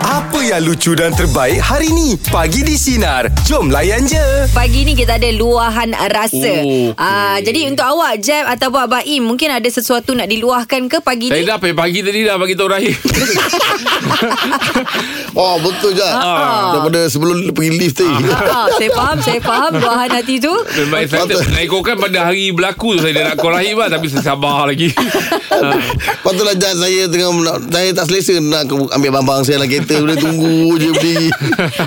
Apa yang lucu dan terbaik hari ni? Pagi di Sinar. Jom layan je. Pagi ni kita ada luahan rasa. Oh, Okay. Ah, jadi untuk awak Jeb ataupun Abang Im mungkin ada sesuatu nak diluahkan ke pagi Saya ni? dah pagi tadi dah bagi tahu Rahim. Oh betul je Daripada sebelum pergi lift tadi Ah, saya faham, saya faham luahan hati tu. Memang excited. Nak ikutkan pada hari berlaku tu saya dah nak call Rahim lah. Tapi saya sabar lagi. Patutlah lah Jad saya tengah nak, Saya tak selesa nak ke- ambil bambang saya dalam kereta Boleh tunggu je berdiri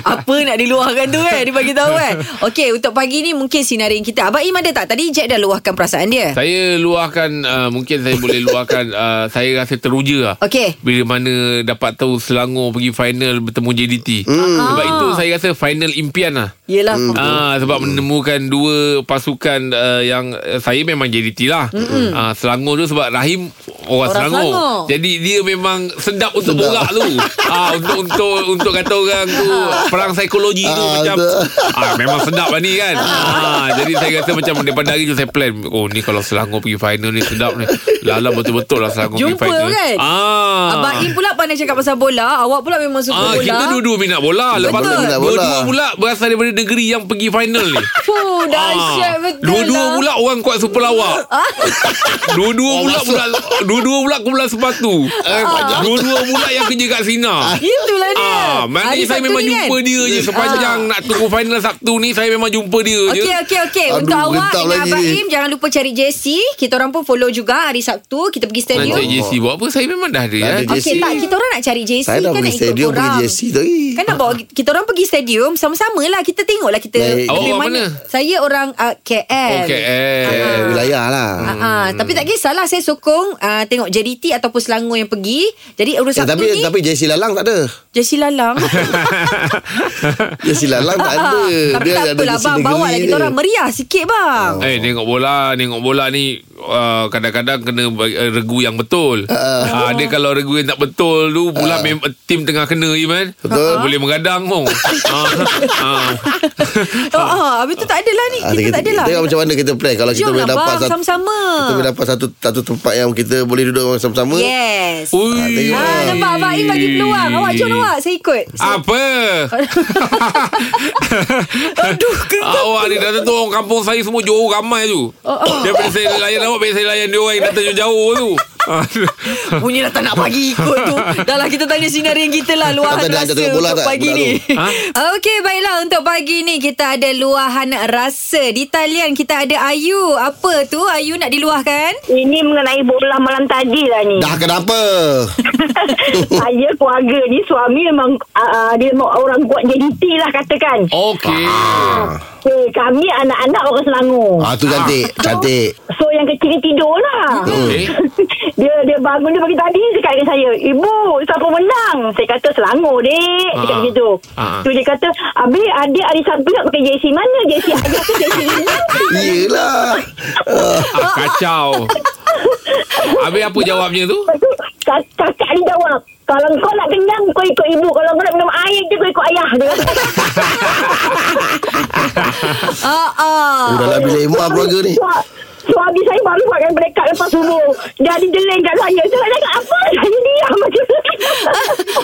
Apa nak diluahkan tu kan Dia bagi tahu kan Okey untuk pagi ni Mungkin sinarin kita Abang Im ada tak Tadi Jack dah luahkan perasaan dia saya luahkan, uh, mungkin saya boleh luahkan, uh, saya rasa teruja lah. Okey Bila mana dapat tahu Selangor pergi final bertemu JDT. Sebab Ah. itu saya rasa final impian lah. Yelah Ah sebab hmm. menemukan dua pasukan uh, yang uh, saya memang JDT lah. Hmm. Ah Selangor tu sebab Rahim orang, Orang Selangor. Selangor. Jadi dia memang sedap untuk borak tu. ah untuk untuk untuk kata orang tu Ah. perang psikologi tu Ah, macam betul. ah memang sedap lah ni kan. ah jadi saya rasa macam daripada hari tu saya plan oh ni kalau Selangor pergi final ni sedap ni. Lala betul-betul lah Selangor Jumpa pergi final. kan Ah Abang Im pula pandai cakap pasal bola Awak pula memang suka Ah, bola kita dua-dua minat bola Lepas tu Betul. Minat bola. Dua-dua pula Berasal daripada negeri Yang pergi final ni Fuh dahsyat Ah, betul Dua-dua lah. Ah. pula orang kuat super lawak. Dua-dua pula pula dua-dua pula kumpulan sepatu. Ah. Dua-dua pula yang kerja kat Sina. Itulah dia Ah, Hari maknanya saya Sabtu memang ni jumpa kan? dia je sepanjang nak tunggu final Sabtu ni saya memang jumpa dia je. Okey okey okey Aduh, untuk awak geram dengan lagi Abang ni. Im jangan lupa cari JC. Kita orang pun follow juga hari Sabtu kita pergi Nak stadium. cari JC buat apa? Saya memang dah ada ya. ada JC. Okey tak kita orang nak cari JC Saya dah kan pergi nak ikut stadium Pergi korang. JC tadi Kan nak bawa kita orang pergi stadium sama-sama lah kita tengok lah kita Baik. dari Awak orang mana? Saya orang uh, KL. Oh, KL. Eh, Wilayah lah Ah, ah, tapi tak kisahlah saya sokong uh, tengok JDT ataupun Selangor yang pergi. Jadi urus Eh, Sabtu tapi ni tapi JC Lalang tak ada. JC Lalang. JC Lalang tak Ah, ada. tapi tak apalah JC bang bawa lah negeri kita dia. Ah, orang meriah sikit bang. Eh tengok bola, tengok bola ni uh, kadang-kadang kena bagi- uh, regu yang betul. Uh, Ah. uh, dia kalau regu yang tak betul tu pula uh, mem- tim tengah kena je man. Betul. Boleh mengadang pun. uh, uh. Oh, ah, habis tu tak adalah ni. Ah, kita, tengok- tak adalah. Tengok macam mana kita plan kalau kita Jom boleh lah dapat bang satu sama-sama. kita boleh dapat satu satu tempat yang kita boleh duduk sama-sama. Yes. Ui. Ah, tengok. Ha, nampak Abang Im bagi peluang. Awak jom awak. Saya ikut. Saya- Apa? Aduh, kena. awak ni dah tentu orang kampung saya semua jauh ramai tu. Oh, oh. Daripada saya layan awak, daripada saya layan dia orang yang datang jauh tu. Ah. Bunyi dah tak nak bagi ikut tu. Dah lah kita tanya sinarin kita lah luahan Kata dia rasa ajak tengok bola untuk tak, pagi budak ni. tu? Ha? Okey, baiklah untuk pagi ni kita ada luahan rasa. Di talian kita ada Ayu. Apa tu Ayu nak diluahkan? Ini mengenai bola malam tadi lah ni. Dah kenapa? Saya keluarga ni suami memang uh, dia mau orang kuat JDT lah katakan. Okey. Okay, kami anak-anak orang Selangor. ah tu cantik, cantik. Hmm. So yang kecil ni tidur Ah. lah. Eh. Okey. dia dia bangun dia pagi tadi dia cakap dengan saya, "Ibu, siapa menang?" Saya kata Selangor, Dek. Dia Ah. kata gitu. Ah. Tu dia kata, "Abi, adik hari Sabtu nak pakai JC mana? JC hari aku JC ni." Yelah Ah, kacau. Habis apa jawabnya tu? Lepas tu, kak- Kakak dia jawab Kalau kau nak kenyang Kau ikut ibu Kalau kau nak minum air je Kau ikut ayah Dia kata Ah, ah. Oh, dalam bilik emak keluarga Eh. ni Su- Suami saya baru buatkan breakup lepas subuh Dia ada jeling kat saya Saya cakap apa Saya diam macam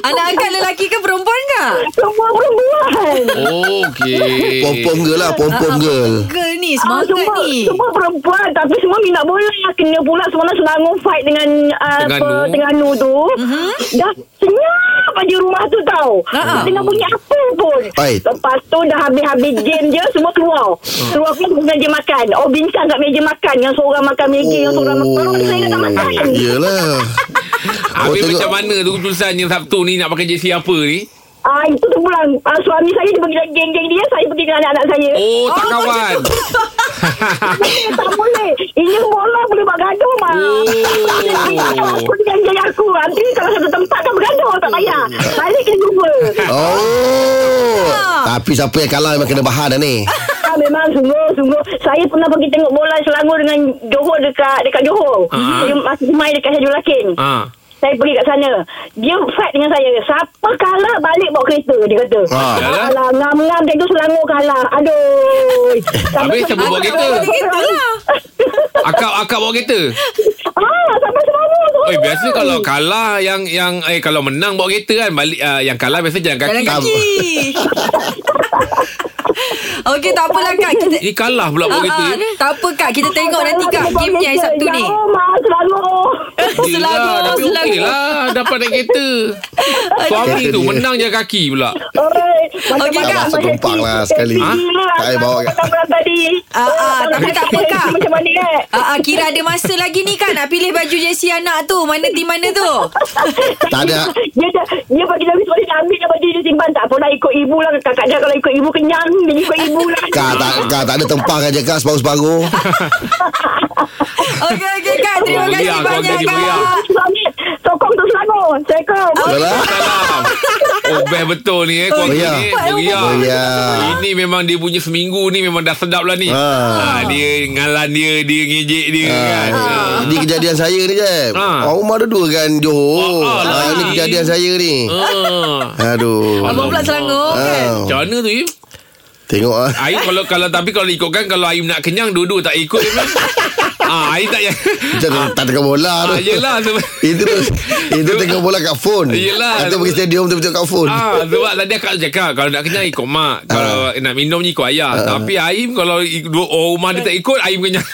Anak angkat lelaki ke perempuan ke? Semua perempuan Okey. Pom-pom girl lah Pom-pom girl Girl ni Ah, Semangat semua, ni semua perempuan Tapi semua minat bola Kena pula semua nak Selangor fight Dengan uh, Terengganu. apa, Terengganu tu uh-huh. Dah senyap aja rumah tu tau Ah. Tak dengar bunyi apa pun Baik. Hmm. Lepas tu dah habis-habis game je Semua keluar Keluar pun semua meja makan Oh bincang kat meja makan Yang seorang makan Maggi Yang seorang makan Kalau Oh. saya tak makan Yelah Oh, Habis tengok. macam mana tu tulisannya Sabtu ni nak pakai jersey apa ni? Ah itu tu pula ah, suami saya dia pergi dengan geng-geng dia, saya pergi dengan anak-anak saya. Oh, Ah, tak kawan. tak boleh. Ini bola boleh buat gaduh mah. Oh. aku dengan geng aku. Nanti kalau satu tempat kan bergaduh tak payah. Balik kena jumpa. Oh Tapi siapa yang kalah Memang kena bahan dah ni ah, memang sungguh-sungguh saya pernah pergi tengok bola Selangor dengan Johor dekat dekat Johor. Ah. Saya masih main dekat Syajul Lakin. Ha. Saya pergi kat sana Dia fight dengan saya Siapa kalah balik bawa kereta Dia kata Ah. Yalah. Alah ngam-ngam Dia tu Selangor kalah Aduh Habis siapa bawa kereta? Kita Ah, lah Akak akak bawa kereta. Ah sampai Selangor tu Eh biasa kalau kalah yang yang eh kalau menang bawa kereta kan balik uh, yang kalah biasa jalan Jalan kaki. kaki. Okey, tak apalah Kak. Kita, Ni kalah pula Ah, bawa kereta. ah, tak apa Kak, kita tengok nanti Kak. Game ni hari Sabtu ni. Jauh mah Selangor Selangor, Yelah, lah, tapi okey Selangor. lah dapat naik kereta. Suami Kereta tu dia. menang je kaki pula. Oi, macam mana Okey, Kak. macam Setumpang lah happy, sekali. happy Ha? lah. Tak payah bawa, Kak. Abang tadi. Ah, ah, tapi tak apa, Kak. Macam mana kan? Ah, ah, kira ada masa lagi ni kan nak pilih baju jersey anak tu. Mana tim mana tu? Tak ada. Dia dah- dia bagi dia sebab dia nak ambil dia baju dia simpan tak apalah ikut ibu lah kakak dia kalau ikut ibu kenyang dia ikut ibu lah. Kak tak, kak tak ada tempang aja Kak separuh-separuh Okey, okey Kak. Terima Oh, kasih meriah, keluarga banyak dia meriah. Kak. Suami sokong tu Selangor. Assalamualaikum. Yalah Salam. Oh best betul ni eh Kuala Meriah. ni Meriah. Ini memang dia punya seminggu ni Memang dah sedap lah ni Ha. ha. Dia ngalan dia Dia ngejek dia kan ha. Ini kejadian saya ni kan Ha. Orang rumah ada dua kan Johor Ah, ah, ha, Ini lagi. kejadian saya ni Ha. Aduh Abang pula Selangor kan. ha. Macam mana tu Im? Tengok ah. Aim kalau kalau tapi kalau ikutkan kalau Aim nak kenyang dua-dua tak ikut Im. eh? Ah, Aim tak ya. Macam tak tengok bola Ah, tu yelah sebab Itu Itu tengok bola kat phone Yelah. Atau pergi stadium tu tengok kat phone Ah, sebab tadi akak cakap kalau nak kenyang ikut mak, kalau nak minum ni ikut ayah. Tapi Aim kalau ik- dua orang rumah dia tak ikut, Aim kenyang.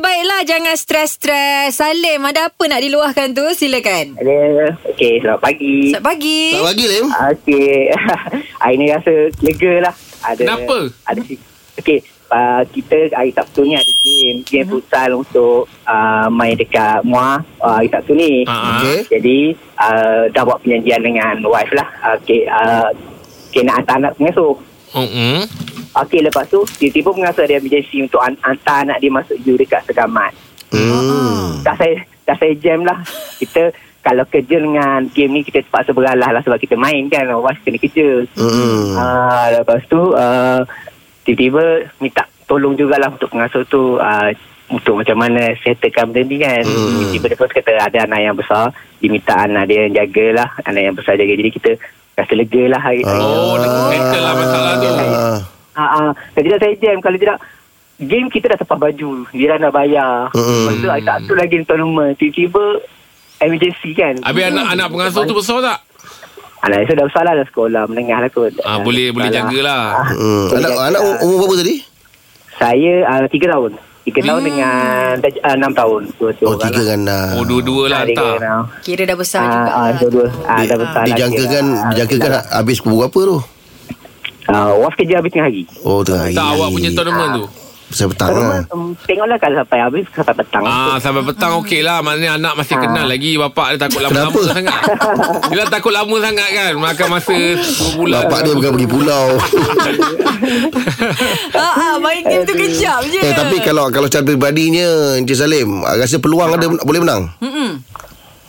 Baiklah, jangan stres-stres. Salim, ada apa nak diluahkan tu? Silakan. Ada. Okey, selamat pagi. Selamat pagi. Tak bagi Lim Okey. hari ni rasa lega lah. Ada, Kenapa? Ada si- Okey, uh, kita hari Sabtu ni ada game. Game Hmm. futsal untuk uh, main dekat Muar uh, hari Sabtu ni. Ah, ah. Okey Jadi, uh, dah buat perjanjian dengan wife lah. Okey, uh, okay, nak hantar anak pengasuh. Mm-mm. Okey, lepas tu, tiba-tiba pengasuh ada emergency untuk an- hantar anak dia masuk U dekat Segamat. Hmm dah saya dah saya jam lah kita kalau kerja dengan game ni kita terpaksa beralah lah sebab kita main kan orang kena kerja Hmm. Ah, lepas tu ah, tiba-tiba minta tolong jugalah untuk pengasuh tu ah, untuk macam mana settlekan benda ni kan Hmm. tiba-tiba lepas kata ada anak yang besar diminta anak dia yang jagalah anak yang besar jaga jadi kita rasa lega lah hari, hari tu. Oh, dah settle lah masalah tu. Ah. Ha ah, kalau tidak saya jam kalau tidak game kita dah sepas baju, dia dah nak bayar. Mm. Lepas tu hari Sabtu lagi tournament, tiba-tiba emergency kan. Habis anak-anak pengasuh tu besar tak? Anak saya dah besar lah dah sekolah menengah lah kot. Ah. Ah, boleh- boleh jagalah. Hmm. Anak anak um- umur berapa tadi? Saya ah, tiga tahun. Tiga tahun Hmm. dengan taj- ah, enam tahun. Dua, dua lah. Oh, tiga kan. ah. Oh, dua-dua lah Ah, tiga hantar. kan. Kira dah besar Ah, juga. lah. ah, dua-dua. Ah, dah besar lah Dijangkakan kira. Ah, dijangkakan dah- habis pukul berapa tu? ah, Waf kerja habis tengah hari. Oh, tengah hari. Tak awak punya tournament tu. Saya petang lah. Tournament, um, tengoklah kalau sampai habis sampai petang. Ah sampai petang okey lah Maknanya anak masih kenal lagi Bapak dia takut lama-lama Kenapa? sangat Dia dah takut lama sangat kan Makan masa 10 bulan Bapak dia bukan pergi pulau. Ah, ah, main game tu kejap je. eh, tapi kalau kalau secara peribadinya, Encik Salim, ah, rasa peluang ada boleh menang? Hmm. Mm-mm.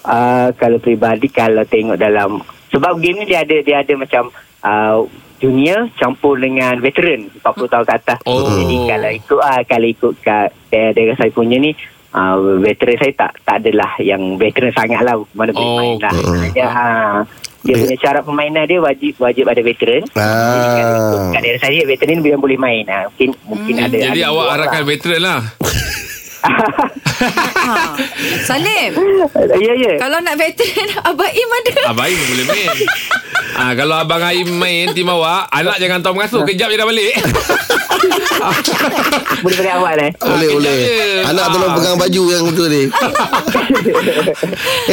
Uh, kalau peribadi kalau tengok dalam sebab game ni dia ada dia ada macam uh, junior campur dengan veteran 40 tahun ke atas. Oh. Jadi kalau ikut ah uh, kalau ikut kat daerah, daerah saya punya ni uh, veteran saya tak tak adalah yang veteran sangat lah mana boleh Oh. main lah. Mm-mm. Dia, uh, dia Dia- punya cara permainan dia wajib wajib ada veteran. Jadi kalau ikut Ah. kat daerah saya veteran yang boleh main lah. Mungkin mungkin ada Hmm. Jadi ada awak dua arahkan lah. veteran lah Ah. Salim, Ya ya. Eh. kalau nak veteran, Abang Im ada. Abang Aim boleh main Ah, kalau abang Aim main tim awak Anak jangan tahu mengasuh Kejap je dah balik Boleh pakai awak lah. Boleh, Ah, boleh. kejap je. Anak tolong Ah. pegang baju yang betul ni.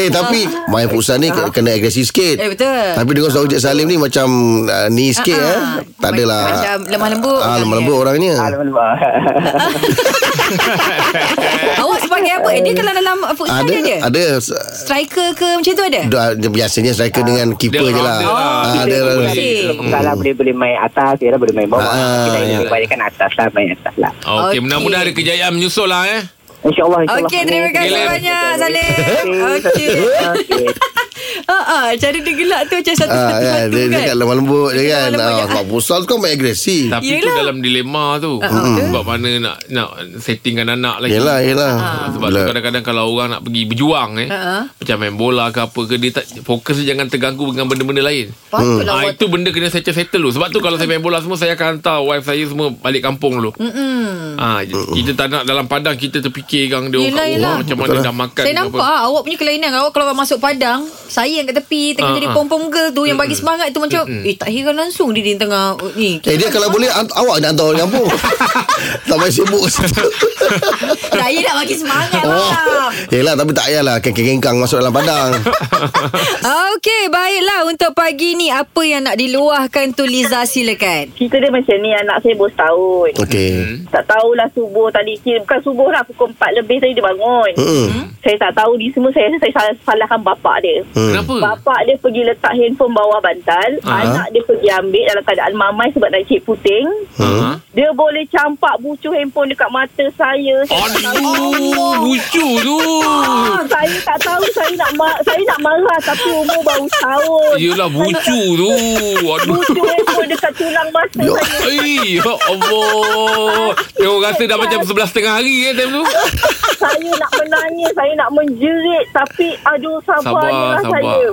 eh, tapi Ah. main futsal ni ke- kena agresif sikit. Eh, betul. Tapi dengan suara Encik Salim ni macam ah, ni sikit Ah, eh. ah. Tak adalah. Macam lemah lembut Ah, lemah orangnya. lembut orangnya. Alamak. Awak sebagai apa? Eh, dia kalau dalam futsal Ada ada, dia? ada Striker ke macam tu ada? Dah, dia biasanya striker dengan keeper dia je lah. rounder lah. Ah, dia Dia boleh- rounder. boleh. Kalau lah, boleh boleh main atas, dia boleh main bawah. Ah, Kita ya. yeah. kebanyakan atas lah, main atas lah. Ah, Okey Okey. mudah-mudahan ada kejayaan menyusul lah eh InsyaAllah, insyaAllah. Okey, terima kasih Okey, Lim. banyak Salim. Okey. Okey. Okey. Ah, ah, cara dia gelak tu macam satu Ah, satu, kan, satu dia, kan. dia kat lemah lembut dia kan. Lemah lembut, Ah, ya. kalau pusat tu kan main agresif. Tapi Yelah. tu Yelah. dalam dilema tu ah, Sebab mana nak nak settingkan anak lagi Yelah, yelah. Ah. Sebab tu kadang-kadang kalau orang nak pergi berjuang eh Ah, ah. Macam main bola ke apa ke Dia tak fokus dia jangan terganggu dengan benda-benda lain Patutlah Hmm. Ah, awak- itu benda kena saya settle dulu Sebab tu kalau saya main bola semua Saya akan hantar wife saya semua Balik kampung dulu Mm-mm. ah, Kita tak nak dalam padang Kita terfikir kan dia Yelah, orang yelah. kat lah. rumah Macam mana dah makan Saya ke nampak ah, awak punya kelainan awak kalau masuk padang, saya yang kat tepi tengah Ah, jadi ah. pom-pom girl tu yang bagi semangat tu macam eh tak heran langsung dia di tengah oh, ni. Eh dia kalau boleh an- awak nak hantar orang kampung. tak payah sibuk kat situ. Saya nak bagi semangat Oh. lah. Yelah tapi tak payahlah kengkang masuk dalam padang. Okey, baiklah untuk pagi ni apa yang nak diluahkan tu Liza silakan. Cerita dia macam ni Anak saya baru setahun Okey. Tak tahulah subuh tadi kira, Bukan subuh lah Pukul 4 lebih tadi dia bangun Hmm. Saya tak tahu ni semua Saya rasa saya salah, salahkan bapak dia Hmm. Kenapa? Bapak dia pergi letak handphone bawah bantal Ah. Anak dia pergi ambil Dalam keadaan mamai Sebab nak cek puting Hmm. Ah. Dia boleh campak bucu handphone Dekat mata saya Saya tak tahu. Aduh Lucu tu Ah, saya tak tahu saya nak ma- saya nak marah tapi umur baru tahun. Yelah bucu tu Aduh Bucu handphone dekat tulang mata saya. Ay, ya Allah Tengok rasa dah macam sebelah setengah hari eh time tu Saya nak menangis, saya nak menjerit tapi aduh Sabar, sabarlah sabar. saya.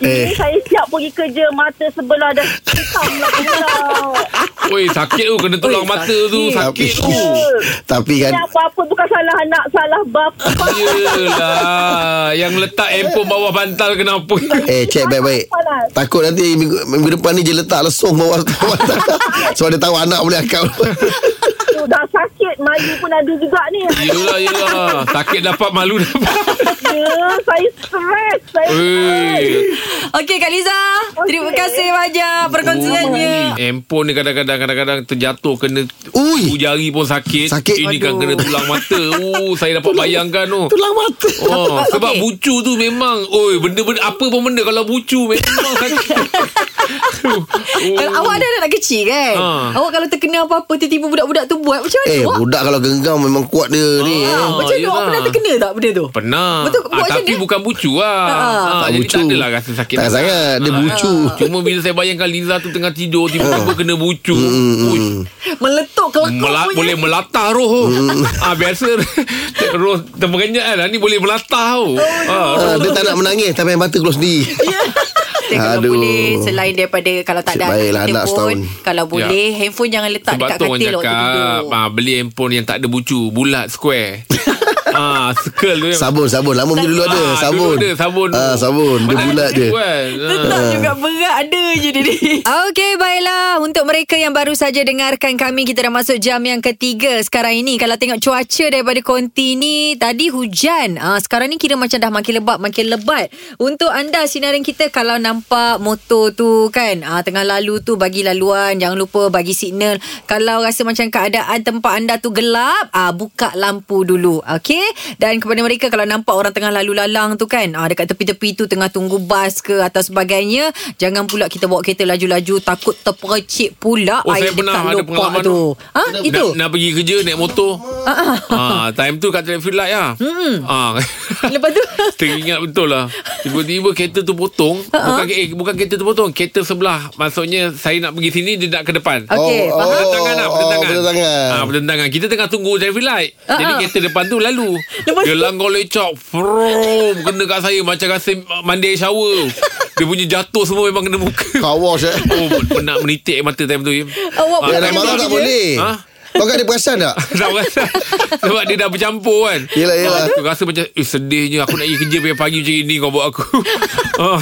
Eh. Ini saya siap pergi kerja mata sebelah dah hitam lah pula. Oi sakit tu kena tulang Oi, mata tu Sakit tu Tapi kan Ya, apa-apa bukan salah anak, salah bapa. Ya. Yelah Yang letak handphone bawah bantal kenapa Eh cek baik-baik Takut nanti minggu, minggu depan ni Dia letak lesung bawah tu. Sebab dia tahu anak boleh akal Tu dah sakit, mari pun ada juga ni. Yelah yelah Sakit dapat malu dapat Ya, saya stres, saya stres. Oi. Okey Kak Liza, okay. Okey. terima kasih banyak perkongsiannya. Oh, Handphone ni kadang-kadang Kadang-kadang terjatuh Kena Ui. Ui. jari pun sakit Sakit. Ini kan Aduh. kena tulang mata Oh Saya dapat bayangkan tu Tulang mata Oh, Okey. sebab bucu tu memang Oi, benda-benda Apa pun benda Kalau bucu memang sakit Kalau awak ada anak kecil kan? Ha. Awak kalau terkena apa-apa tiba-tiba budak-budak tu buat macam mana Eh awak? budak kalau genggam Memang kuat dia ni eh. Ah, macam mana awak yelah. pernah terkena tak benda tu? Pernah Betul, buat ah, macam Tapi dia. bukan bucu lah Ah, ah. ah, Tak Jadi bucu tak adalah rasa sakit lah. Ah, Tak sangat Dia bucu Ah. Cuma bila saya bayangkan Liza tu tengah tidur Tiba-tiba kena bucu Mm, Ui, Meletup kelakar Mela- boleh melatah roh Mm, ah, Biasa Roh terpengenyat kan Ni boleh melatah oh, ah, Ah, Dia tak nak menangis Tapi yang mata keluar sendiri Kalau Aduh. boleh Selain daripada Kalau tak ada Baiklah, kita anak pun, setahun. Kalau boleh Handphone jangan letak Sebab dekat tu orang katil waktu cakap tidur ah, Beli handphone yang tak ada bucu Bulat square ah, Circle tu yang- Sabun sabun Lama punya dulu ada Ah, Sabun dulu ada sabun tu. ah, Sabun Dia Padahal bulat bucu je kan. Ah. Tetap juga berat ada je dia ni. Okey, baiklah. Untuk mereka yang baru saja dengarkan kami, kita dah masuk jam yang ketiga sekarang ini. Kalau tengok cuaca daripada konti ni, tadi hujan. Ah, sekarang ni kira macam dah makin lebat, makin lebat. Untuk anda, sinaran kita kalau nampak motor tu kan, ah, tengah lalu tu bagi laluan. Jangan lupa bagi signal. Kalau rasa macam keadaan tempat anda tu gelap, ah, buka lampu dulu. Okey? Dan kepada mereka kalau nampak orang tengah lalu lalang tu kan, ah, dekat tepi-tepi tu tengah tunggu bas ke atau sebagainya, jangan pula kita bawa kereta laju-laju takut terpercik pula Oh, air saya pernah dekat ada lopak pengalaman tu. Ha? Nak- Itu? Nak, nak pergi kerja naik motor. Ah, time tu kat traffic light lah. Hmm. Ah. Lepas tu? Teringat betul lah. Tiba-tiba kereta tu potong. Ah, Bukan eh, bukan kereta tu potong, kereta sebelah. Maksudnya saya nak pergi sini dia nak ke depan. Okey, Ah. Oh, faham. Pertentangan lah oh, Pertentangan pertentangan. Ah, Pertentangan Kita tengah tunggu traffic light Ah, Jadi ah. kereta depan tu lalu Lepas Dia tu- langgar lecak Vroom Kena kat saya Macam rasa mandi air shower Dia punya jatuh semua Memang kena muka Car wash eh Oh nak menitik mata time tu Im. Awak Ah, Dia nak time marah tu- Ya, tak boleh Ha? Kau kan dia perasan tak Tak rasa Sebab dia dah bercampur kan Yelah, yelah. Aku rasa macam eh, Sedihnya Aku nak pergi kerja pagi-pagi macam ini Kau buat aku Ah.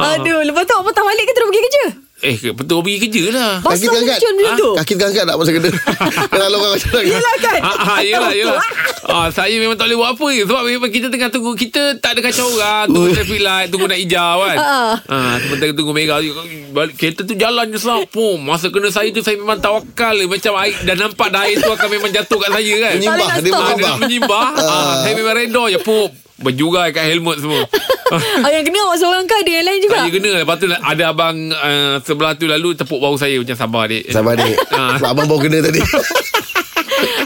Ah. Aduh, lepas tu awak patah balik ke terus pergi kerja? Eh betul pergi kerja lah Kaki Basah terangkat hujan macam tu. Kaki terangkat tak masa kena Kalau orang macam tu Yelah kan? Ah, ah, yelah, yelah. lah. Ah, saya memang tak boleh buat apa Sebab memang kita tengah tunggu Kita tak ada kacau orang Tunggu traffic light Tunggu nak hijau kan Ah. ah, Sementara tunggu merah balik, Kereta tu jalan je selap Pum, Masa kena saya tu Saya memang tawakal je. Macam air, dah nampak dah air tu Akan memang jatuh kat saya kan Tak boleh Menyimbah nak Dia stop. ah, Dia menyimbah nak menyimbah ah, Saya memang reda je Pum, Berjurai kat helmet semua Ah, yang kena awak seorang ke ada yang lain juga? Saya kena Lepas tu ada abang uh, Sebelah tu lalu Tepuk bahu saya Macam sabar dek Sabar ni Ah. Abang baru kena tadi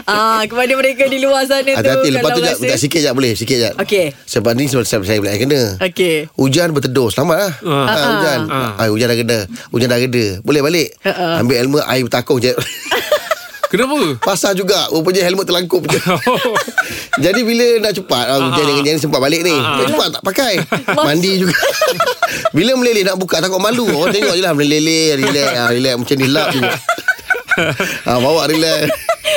Ah, kepada mereka di luar sana tu. Hati-hati Lepas kalau tu jap rasa- tak, Sikit jap boleh Sikit jap Okey. Sebab ni sebab saya, saya pula yang kena Okey. Hujan berteduh Selamat lah Ah. ha, Ah. Hujan Ah. ha, Hujan dah kena Hujan dah kena Boleh balik Ah, ah. Ambil helmet air bertakung je Kenapa? Pasal juga Rupanya helmet terlangkup je Jadi bila nak cepat ah, Hujan Ah, ah. dengan ni sempat balik ni Nak cepat tak pakai Mandi juga Bila meleleh nak buka Takut malu Orang tengok je lah Meleleh Relax ah, Relax macam ni lap je ha, Bawa relax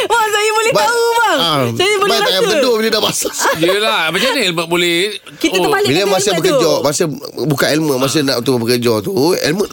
Wah, saya boleh tahu bang. saya boleh Sebab ah, tak payah rasa. berteduh Bila dah basah Yelah Macam mana helmet boleh Oh. Kita terbalik. Bila Kata masa helmet bekerja tu. Masa buka helmet Masa nak tu bekerja tu Helmet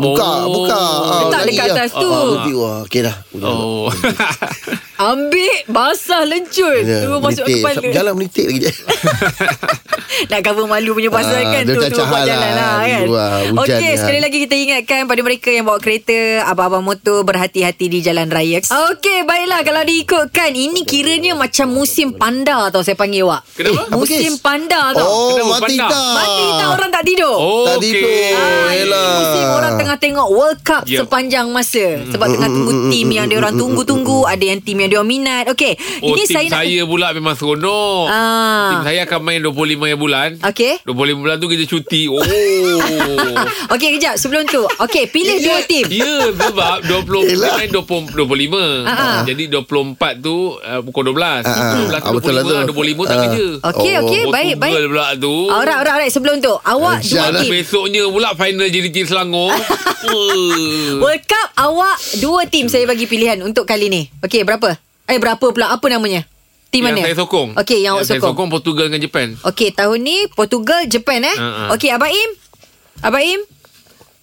Buka Ah. Oh. Buka Ah, Letak lagi dekat lah. atas tu. Ah, berhenti. Wah okey dah Oh Ambil basah lencun. Ya, tu Ah, masuk menitik. kepala. Jalan menitik lagi je Nak cover malu punya pasal Ah, kan dia tu tak tu buat cahal jalan lah. lah kan. Wah, hujan Okey ni, sekali ah. lagi kita ingatkan pada mereka yang bawa kereta, abang-abang motor berhati-hati di jalan raya. Okey baiklah kalau diikutkan ini kiranya macam musim panda tau saya panggil awak. Kenapa? Apa Musim kes? panda tau. Oh Kenapa mati pandang? tak Mati tak orang tak tidur. Oh Tak okey. tidur Ah, ini Yelah musim orang tengah tengok World Cup Yep. sepanjang masa Sebab tengah tunggu tim yang dia orang tunggu-tunggu Ada yang tim yang dia orang minat Okey Oh, Ini tim saya, saya nak pula memang seronok. Ah. Tim saya akan main 25 yang bulan. Okey 25 bulan tu kita cuti. Oh. Okey kejap sebelum tu Okey pilih dua tim Ya sebab 20 kita Yelah. main 20, 25 Ah, ah. Jadi 24 tu uh, Pukul 12 Ah, ah. Ah, Pukul betul 12 tu 25 lah, lah tu. 25 tak Ah. kerja Okey Oh, okey Oh, baik baik Google pula tu Alright, alright, alright. Sebelum tu, awak dua Jalan. Lepas tim. besoknya pula Final JDT Selangor Wah. World Cup, awak dua tim saya bagi pilihan untuk kali ni. Okey, berapa? Eh, berapa pula? Apa namanya? Tim Yang mana? saya sokong Okey, yang, awak saya sokong. sokong Portugal dengan Japan Okey, tahun ni Portugal, Japan eh. Ha, ha. Okey, Abang Im. Abang Im.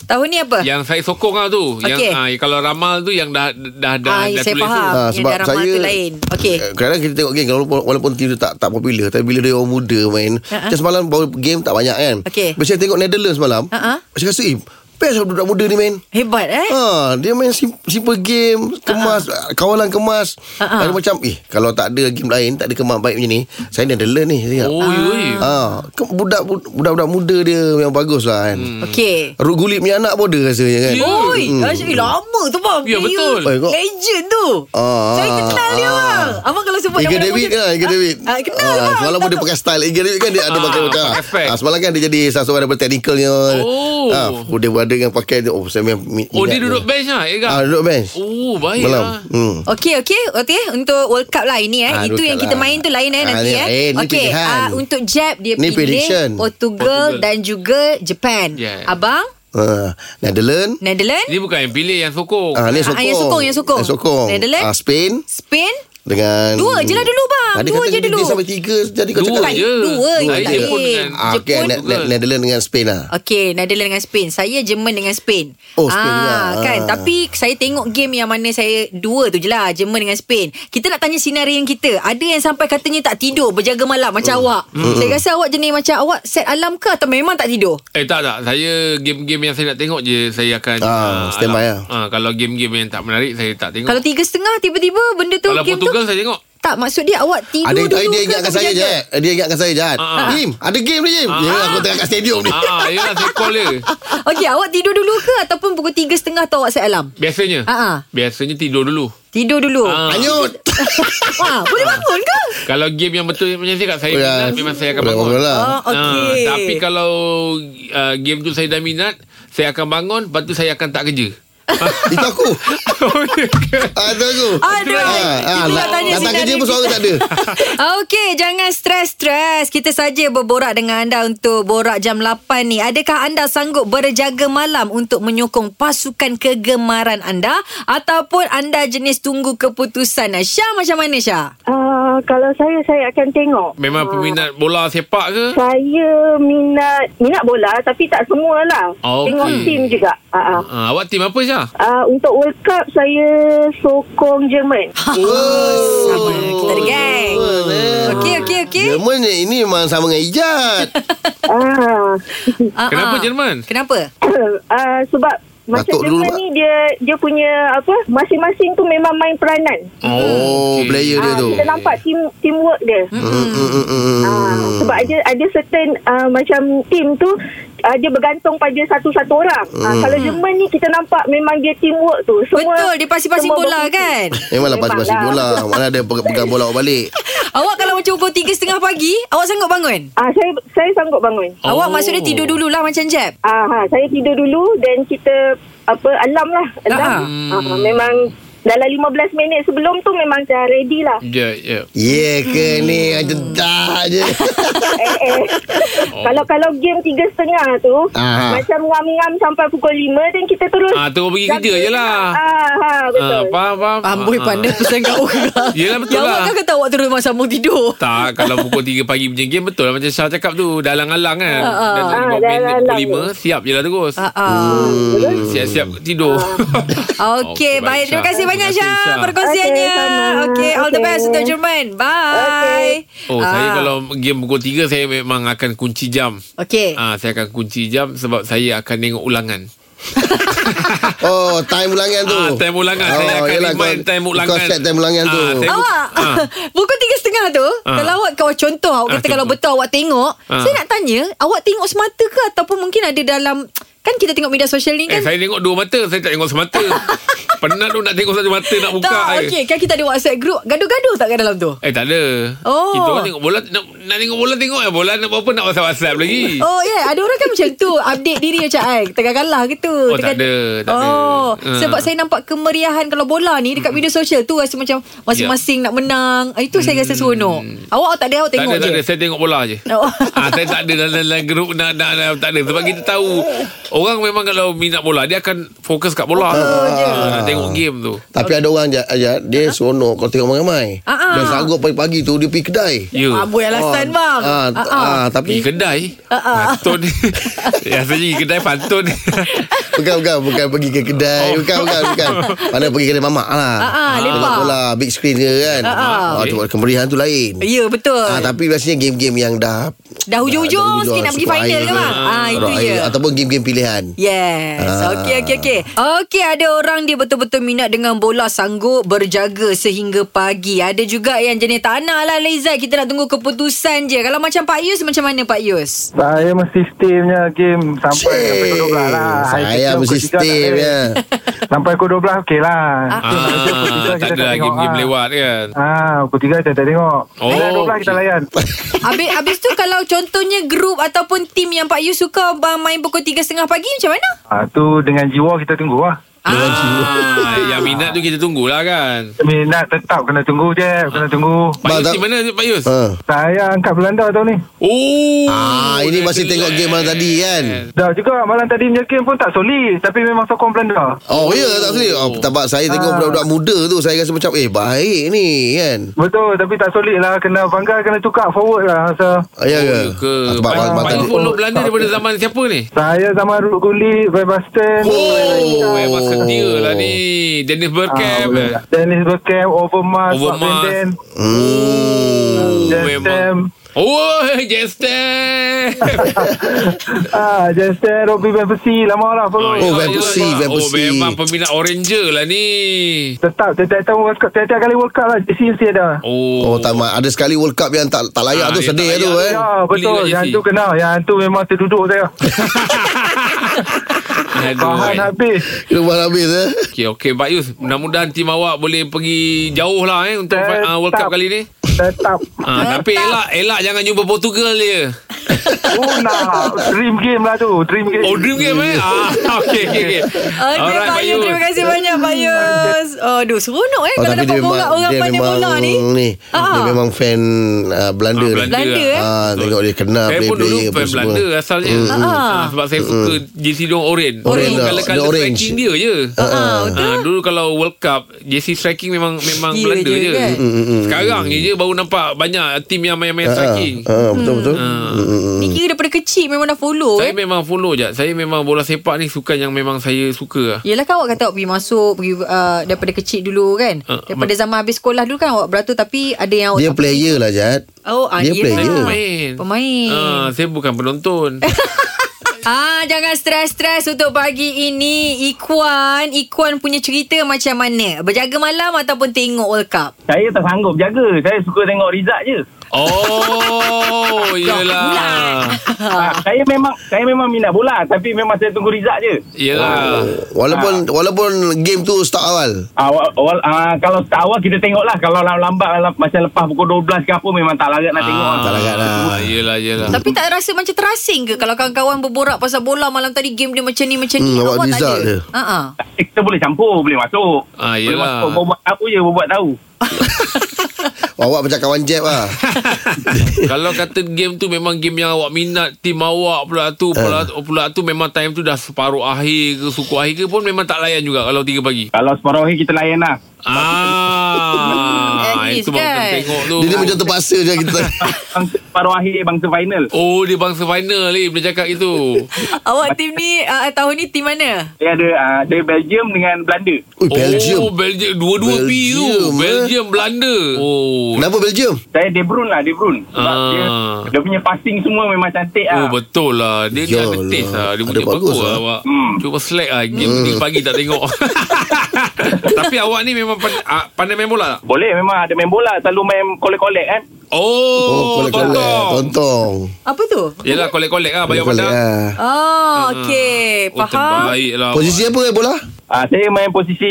Tahun ni apa? Yang saya sokong lah tu Yang Ah. Okey. ah, Kalau ramal tu Yang dah Dah, dah, Ah, dah saya tulis faham. tu Ah, Yang darah mata lain. Okey. eh, Kadang-kadang kita tengok game walaupun, walaupun tim tu tak tak popular Tapi bila dia orang muda Ha-ha. main uh-huh. Macam semalam bawa game tak banyak kan Ah, Okey. Ah, Bila saya tengok Netherlands semalam Ha-ha. Saya rasa eh Best lah budak muda ni main Hebat eh. Ha, dia main sim- simple game Kemas Kawalan kemas Ha-ha. Ada macam Eh kalau tak ada game lain Tak ada kemas baik macam ni Saya Netherlands ni saya tengok. Oh yoi. Ah. ha, ke- budak, budak-budak muda dia Memang bagus lah kan hmm. Okey. Ruguli punya anak pun ada rasanya kan Ya. Oi, eh, asyik lah. lama tu bang. Ya, Dia betul. Eh, kau- Legend tu. Ah, Saya ah, kenal dia lah. ah. bang. Abang kalau sebut Iga nama-nama David dia- kan Iga David Ah, kenal Ah, bang. Semalam pun dia pakai style Iga David kan Dia ada Ah, pakai macam pakai spec. ah, Semalam kan dia jadi Salah seorang daripada teknikalnya Oh. ah, Dia ada yang pakai Oh saya memang mi- Oh minat dia duduk bench lah Ega Ah, duduk bench Oh baik Malam lah hmm. Okey okey okey untuk World Cup lah ini eh. Ah, Itu World yang Cup kita lah. main tu lain eh Ah, nanti ni- eh. eh, ni okey pilihan. ah, untuk Jeb dia Ni prediction. pilih Portugal, Portugal. dan juga Japan. Yeah. Abang Ah, Netherlands Netherlands, Dia bukan yang pilih Oh. Yang sokong Ah, ni Ah, sokong. yang sokong, yang sokong. Yang sokong. Netherlands. Ah, Spain Spain. dengan Dua je lah dulu, bang. Ah, dia Dua je kata dia- dulu. Dia sampai tiga jadi kau Dua cakap. Bukan, je dua je Saya tak Jepun ada. dengan Ah, okay, Jepun Ne- juga. Ne- Netherlands dengan Spain lah. Okey, Netherlands dengan Spain. Saya Jerman dengan Spain. Oh, Spain juga. kan. Ah. Tapi saya tengok game yang mana saya dua tu je lah, Jerman dengan Spain. Kita nak tanya sinarian kita. Ada yang sampai katanya tak tidur berjaga malam Hmm. macam awak. Saya rasa awak jenis macam awak set alarm ke atau memang tak tidur? Eh tak tak Saya game-game yang saya nak tengok je Saya akan Ah, stand by lah. ah, Kalau game-game yang tak menarik Saya tak tengok Kalau tiga setengah tiba-tiba benda tu Kalau game Portugal tu saya tengok tak maksud dia awak tidur Ada dulu tadi dia ke ingatkan atau saya je. berjaga? Dia ingatkan saya je. Ah. Jim, ada game ni Jim. Ah. Ya, aku tengah kat stadium ni. ah, ah, Yelah saya call dia Okey awak tidur dulu ke ataupun pukul tiga setengah tu awak set alarm Biasanya Ah, ah. Biasanya tidur dulu Tidur dulu Oh, Ah. Anyut. Wah, Boleh Ah. bangun ke? Kalau game yang betul Macam saya kat saya Ya. minat Memang saya akan Boleh bangun lah. Oh, okey. Ah, Tapi kalau uh, Game tu saya dah minat Saya akan bangun Lepas tu saya akan tak kerja Itu aku. Ah, Itu aku. Aduh, Ah, ah, itu nak nak- tanya Datang sinari kerja pun kita. suara tak ada. Okey, jangan stres-stres. Kita saja berborak dengan anda untuk borak jam 8 ni. Adakah anda sanggup berjaga malam untuk menyokong pasukan kegemaran anda ataupun anda jenis tunggu keputusan? Syah macam mana Syah? Ah, kalau saya saya akan tengok. Memang peminat bola sepak ke Saya minat minat bola tapi tak semua lah. Okey. Tengok tim juga. Ah, ah. ah, Awak tim apa Syah? Ah, untuk World Cup saya sokong Jerman. Oh. Sama kita ada geng. Okey, okey, okey. Jerman ni, ini memang sama dengan Ijat. ah. Ah, Kenapa ah. Jerman? Kenapa? ah, sebab macam Batuk dulu, Jerman Mak. ni dia dia punya apa masing-masing tu memang main peranan. Ah, Oh, okey. player dia Ah, tu. Hmm. kita nampak team teamwork dia. Mm, mm, mm, mm. Ah, sebab ada ada certain ah, macam team tu uh, dia bergantung pada satu-satu orang. Hmm. Uh, kalau Jerman ni kita nampak memang dia teamwork tu. Semua Betul, dia pasing-pasing semua bola berfungsi. kan? Memanglah pasti-pasti Memanglah. lah lah. bola Mana ada pe- pegang bola awak balik awak kalau macam pukul 3.30 pagi, awak sanggup bangun? Ah saya saya sanggup bangun. Oh. Awak maksudnya tidur dululah macam Jeb. Ah ha, saya tidur dulu dan kita apa alam lah. Alam. Ah. Ah, memang dalam 15 minit sebelum tu memang dah ready lah. Ya, ya. Ya ke ni Macam tak je eh, eh. Oh. Kalau kalau game tiga setengah tu Aha. macam ngam-ngam sampai pukul lima dan kita terus Ah, terus pergi jam kerja je lah. Ah, ha, betul. Ah, faham, faham. Amboi Ah, ah. pandai pesan kat orang. Yelah, betul Yang lah. Awak kan kata awak terus masa sambung tidur. Tak, kalau pukul 3 pagi punya game betul lah macam Syah cakap tu. Dalang-alang kan. Ah, ah. Dan Ah, 5 minit dalang-alang. pukul 5, siap je lah terus. Hmm, Ah, ah. Oh. Siap-siap tidur. Ha. Okey, baik. Terima kasih banyak Terima kasih, Syah Syah. perkongsiannya. Okey, sama. Okey, all the Okey. best untuk Jerman. Bye. Oh, Ah. saya kalau game pukul 3 saya memang akan kunci jam. Okey. Ah, saya akan kunci jam sebab saya akan tengok ulangan. Oh time ulangan tu Oh, Ah, time ulangan. Saya akan remind kau- time ulangan. Kau set time ulangan tu Ah, time- Awak Ah. Pukul tiga setengah tu Ah. Kalau awak Kalau contoh Awak Ah, kata kalau contoh. betul awak tengok Ah. Saya nak tanya Awak tengok semata ke Ataupun mungkin ada dalam Kan kita tengok media sosial ni Eh, kan saya tengok dua mata. Saya tak tengok semata. Penat tu nak tengok satu mata nak buka. Tak eh. okay Kan kita ada whatsapp group Gaduh-gaduh tak kat dalam tu Eh, tak ada. Oh. Kita orang tengok bola. Nak, nak tengok bola, tengok. Eh, bola nak apa-apa nak whatsapp-whatsapp lagi. Oh yeah Ada orang kan macam tu Update diri macam ai, Tengah kalah ke tu Oh, Tengah- tak ada, tak ada. Hmm. Oh Ah. Sebab saya nampak kemeriahan Kalau bola ni Dekat media sosial tu Rasa macam Masing-masing nak menang Ah, Itu saya rasa seronok Awak awak tak ada Awak Ya. Hmm. Tak tengok ada, tak ada. je Saya tengok bola je. Oh. Ah, saya tak ada dalam, dalam grup nak, nak, nak, tak ada. Sebab kita tahu orang memang kalau minat bola, dia akan fokus kat bola. Ah, nak tengok game tu. Tapi ada orang je, je Dia seronok Kau tengok ramai-ramai Ah, ah. Dan sanggup pagi-pagi tu Dia pergi kedai Ya. Ah, Boy alasan bang ah, Ah, ah. t- ah, Pergi Tapi kedai Pantun Ya saya pergi kedai pantun Bukan bukan Bukan pergi ke kedai Oh. Bukan bukan bukan Mana pergi kedai mamak lah Ah, ah, lepak. Tengok bola Big screen ke kan ah, tu, Kemeriahan tu lain Ya betul Ah, tapi ah, biasanya game-game yang dah Dah hujung-hujung sikit nak pergi suku final air ke bang? Ah, itu Orang je. air Ataupun game-game pilihan Yes. Ah. Okey okey okey. Okey ada orang dia betul-betul minat dengan bola sanggup berjaga sehingga pagi. Ada juga yang jenis tak nak lah Lezat kita nak tunggu keputusan je. Kalau macam Pak Yus macam mana Pak Yus? Saya mesti stay punya game sampai Cik, sampai pukul 12 lah. Hari saya mesti ketiga, pukul tiga tak stay ya. boleh. punya. Sampai pukul 12 okey lah. ah, Tak ada lagi game lewat kan Ah, pukul 3 kita tak tengok. Oh, Oh, 12 kita okey. layan. Habis habis tu kalau contohnya grup ataupun tim yang Pak Yus suka bang, main pukul 3.30 pagi macam mana? Ah, tu dengan jiwa kita tunggu lah. ah, Yang minat tu kita tunggulah kan Minat tetap kena tunggu je, kena tunggu. Pak Yus Bang, di mana Pak Yus? Ha. Saya angkat Belanda tahun ni. Oh Ah, ini masih tengok game malam tadi kan. Dah juga malam tadi punya game pun tak solid tapi memang sokong Belanda. Oh, ya tak boleh. Oh, tapak saya Ah. tengok budak-budak muda tu saya rasa macam eh baik ni kan. Betul tapi tak solid lah kena bangga kena tukar forward lah rasa. Ah, Ya ke? Ya ke? Ah, Sebab Pak malam Pak tadi. Yus follow Belanda daripada zaman siapa ni? Saya sama Ruk Guli, Webaston, Oh, memang setia lah ni Ah, Dennis Bergkamp eh. Dennis Bergkamp, Overmars, Overmars. Overmars. Hmm. Oh, Jen Stamp. memang Oh, Justin Ah, Justin, Robbie Van Persie, lama lah follow. Oh, Van Persie, Van Oh, Persie. memang peminat Oranger lah ni Tetap, tiap-tiap tahun World Cup, tiap-tiap kali World Cup lah, JC mesti ada. Oh, tak ma- ada sekali World Cup yang tak tak Ah, layak tu yang sedih tak tu layak kan. Ya, Beli betul. kat Yang JC. tu kenal. Yang tu memang terduduk saya. Aduh, Bahan eh. habis. Rumah habis eh. Okey, okey Pak Yus. Mudah-mudahan tim awak boleh pergi jauh lah eh untuk Tetap. uh, World Cup kali ni. Tetap. Ah, tapi elak, elak jangan jumpa Portugal je. Oh, nak. Dream game lah tu. Dream game. Oh, dream game eh? Ah, okey, okey, okey. Okey Pak Yus terima kasih banyak Pak Yus. Aduh seronok eh Oh, kalau tapi dapat dia memang bola orang dia pandai memang bola ni. ni. Ah. Dia memang fan ah, Belanda. Ah, ni. Belanda. Belanda eh. Ah, tengok dia kenal Saya pun dulu player-player apa fan semua. Hmm, Belanda asalnya. Mm, mm. Ah, sebab saya suka jersey dia oren. Oren Kalau lah. Dia kalau hmm. orange. striking dia je. Ah, betul. Ah, dulu kalau World Cup jersey striking memang memang Dia Belanda je je. kan? Sekarang je je baru nampak banyak tim yang main-main Mm, Hmm. Ah, ah, striking. ah, mm, betul betul. Ni kira daripada kecil memang dah follow Saya eh. memang follow je. Saya memang bola sepak ni sukan yang memang saya suka lah. Yelah kan awak kata awak pergi masuk pergi uh, daripada kecil dulu kan. Ah, daripada zaman habis sekolah dulu kan awak beratur tapi ada yang awak Dia tak- player lah Jad. Oh, ah, dia yelah. player. Pemain. Pemain. Ah, saya bukan penonton. Ah, jangan stres-stres untuk pagi ini. Ikuan, Ikuan punya cerita macam mana? Berjaga malam ataupun tengok World Cup? Saya tak sanggup jaga. Saya suka tengok result je. Oh, eh? yelah. Ah, saya memang saya memang minat bola tapi memang saya tunggu result je. Ya. Oh, Yelah. Walaupun walaupun game tu start awal. Awal, awal ah, kalau start awal kita tengoklah kalau lambat lah, macam lepas pukul 12 ke apa memang tak larat nak tengok. tak larat lah. Ah, Yelah, yelah. Tapi tak rasa macam terasing ke Kalau kawan-kawan berborak pasal bola Malam tadi game dia macam ni Macam ni Hmm, awak Awak tak result ada dia. uh-uh. Eh, Kita boleh campur, boleh masuk. Ah, boleh yelah. masuk, buat tahu je, buat tahu. Awak macam kawan Jeb lah. Kalau kata game tu memang game yang awak minat Tim awak pula Eh. tu Pula, uh. pula tu memang time tu dah separuh akhir ke Suku akhir ke pun memang tak layan juga Kalau 3 pagi Kalau separuh hari kita layan lah. Ah, At least Itu baru kan? kena tengok tu Dia ni macam terpaksa je kita. Bangsa separuh akhir bangsa final. Oh dia bangsa final ni Bila cakap itu Awak tim ni uh, Tahun ni tim mana? Saya ada uh, dari Belgium dengan Belanda. Ui, Belgium. Oh Belgium Dua-dua P tu Belgium, eh? Belgium Belanda Oh Kenapa Belgium? Saya De Bruyne lah, De Bruyne. Sebab Ah. dia, dia punya passing semua memang cantik Ya. Oh lah. betul lah Dia ni ada Yalah. taste lah Dia Ada punya bagus bagus lah. Hmm. lah awak Hmm. Cuba slack lah Game ni pagi tak tengok Tapi awak ni memang pan- ah, Pandai main bola tak? Boleh memang ada main bola, selalu main kolek-kolek kan. Oh, oh tonton Tontong. Apa tu? Yelah kolek-kolek lah Bayar Kolek-kolek, pandang ah. Oh okay Hmm. Oh Faham terbaik lah Posisi apa eh bola? Uh, saya main posisi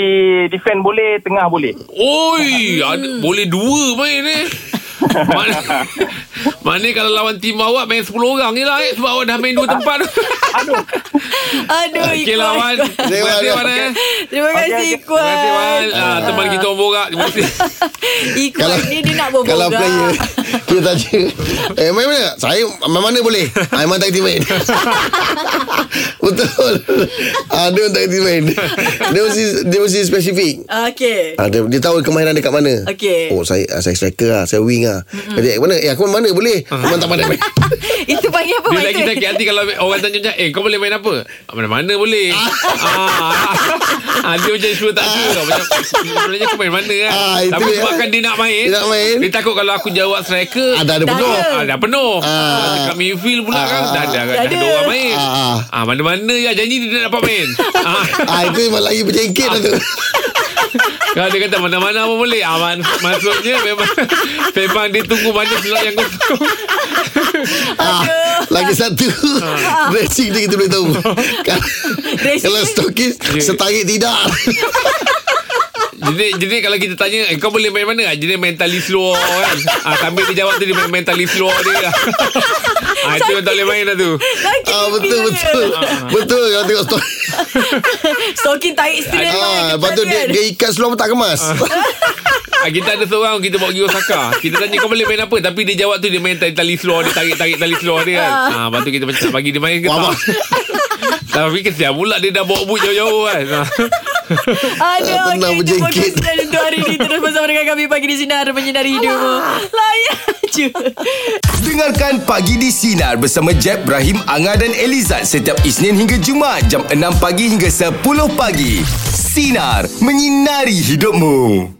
defend boleh, tengah boleh. Oi ada, Boleh dua main eh Mana, mana kalau lawan tim awak Main 10 orang je lah eh Sebab awak dah main dua tempat Aduh Okey Iqbal lah Wan Terima kasih Wan eh Terima kasih Terima kasih Wan Iqbal ah, Teman kita orang borak Terima kasih Iqbal ni dia nak berborak Kalau player Kita tanya Eh main mana Saya main mana boleh Saya memang tak main Betul ah, Dia memang tak main Dia mesti Dia mesti spesifik Okay Ah, dia, dia tahu kemahiran dia kat mana Okey. Oh saya ah, saya striker lah Saya wing lah Jadi eh, mana Eh aku main mana boleh Memang tak pandai main Itu panggil apa Dia Wan lagi Tun? sakit hati kalau orang tanya macam Eh kau boleh main apa? Mana-mana boleh ah. ah, Dia macam sure tak sure tau Macam sebenarnya kau main mana kan Ah, itu Tapi dia. sebabkan dia nak main Dia nak main. Dia takut kalau aku jawab striker Ah, dah ada Dah penuh ada. Ah, dah penuh Ah. ah. Dekat midfield pula kan Dah ada Dah Dah ada ada. orang main Ah. ah. Mana-mana ya Janji dia tak dapat main ah. ah, Itu memang lagi berjengkit lah tu Kalau dia kata mana-mana pun boleh ah, mak- Maksudnya memang Memang dia tunggu mana slot yang kosong ah, Lagi satu Racing dia kita boleh tahu Kalau- Ah. Racing Kalau dia- stokis Setarik tidak Jadi, jadi kalau kita tanya eh, Kau boleh main mana Jadi mentally slow kan ah, Sambil dia jawab tu Dia main mentally slow dia ah, Itu yang tak boleh main lah tu Lagi Ah pipi betul dia. betul. betul kalau tengok story. Stoking tarik straight Ah lah lepas tu dia, dia ikat seluar pun tak kemas. ah, Kita ada seorang Kita bawa pergi Osaka Kita tanya kau boleh main apa Tapi dia jawab tu Dia main tali, tali slow Dia tarik-tarik tali slow dia kan ah, Lepas tu kita macam nak bagi dia main ke Wah, tak Tapi kesian pula Dia dah bawa boot jauh-jauh kan ah. Ah, Aduh, tenang okay, itu pun berjengkit. konsert untuk hari ini. Terus bersama dengan kami pagi di Sinar Menyinari Hidupmu. Layan je. Dengarkan Pagi di Sinar bersama Jeb, Ibrahim, Anga dan Elizad setiap Isnin hingga Jumaat jam 6 pagi hingga 10 pagi. Sinar. Menyinari hidupmu.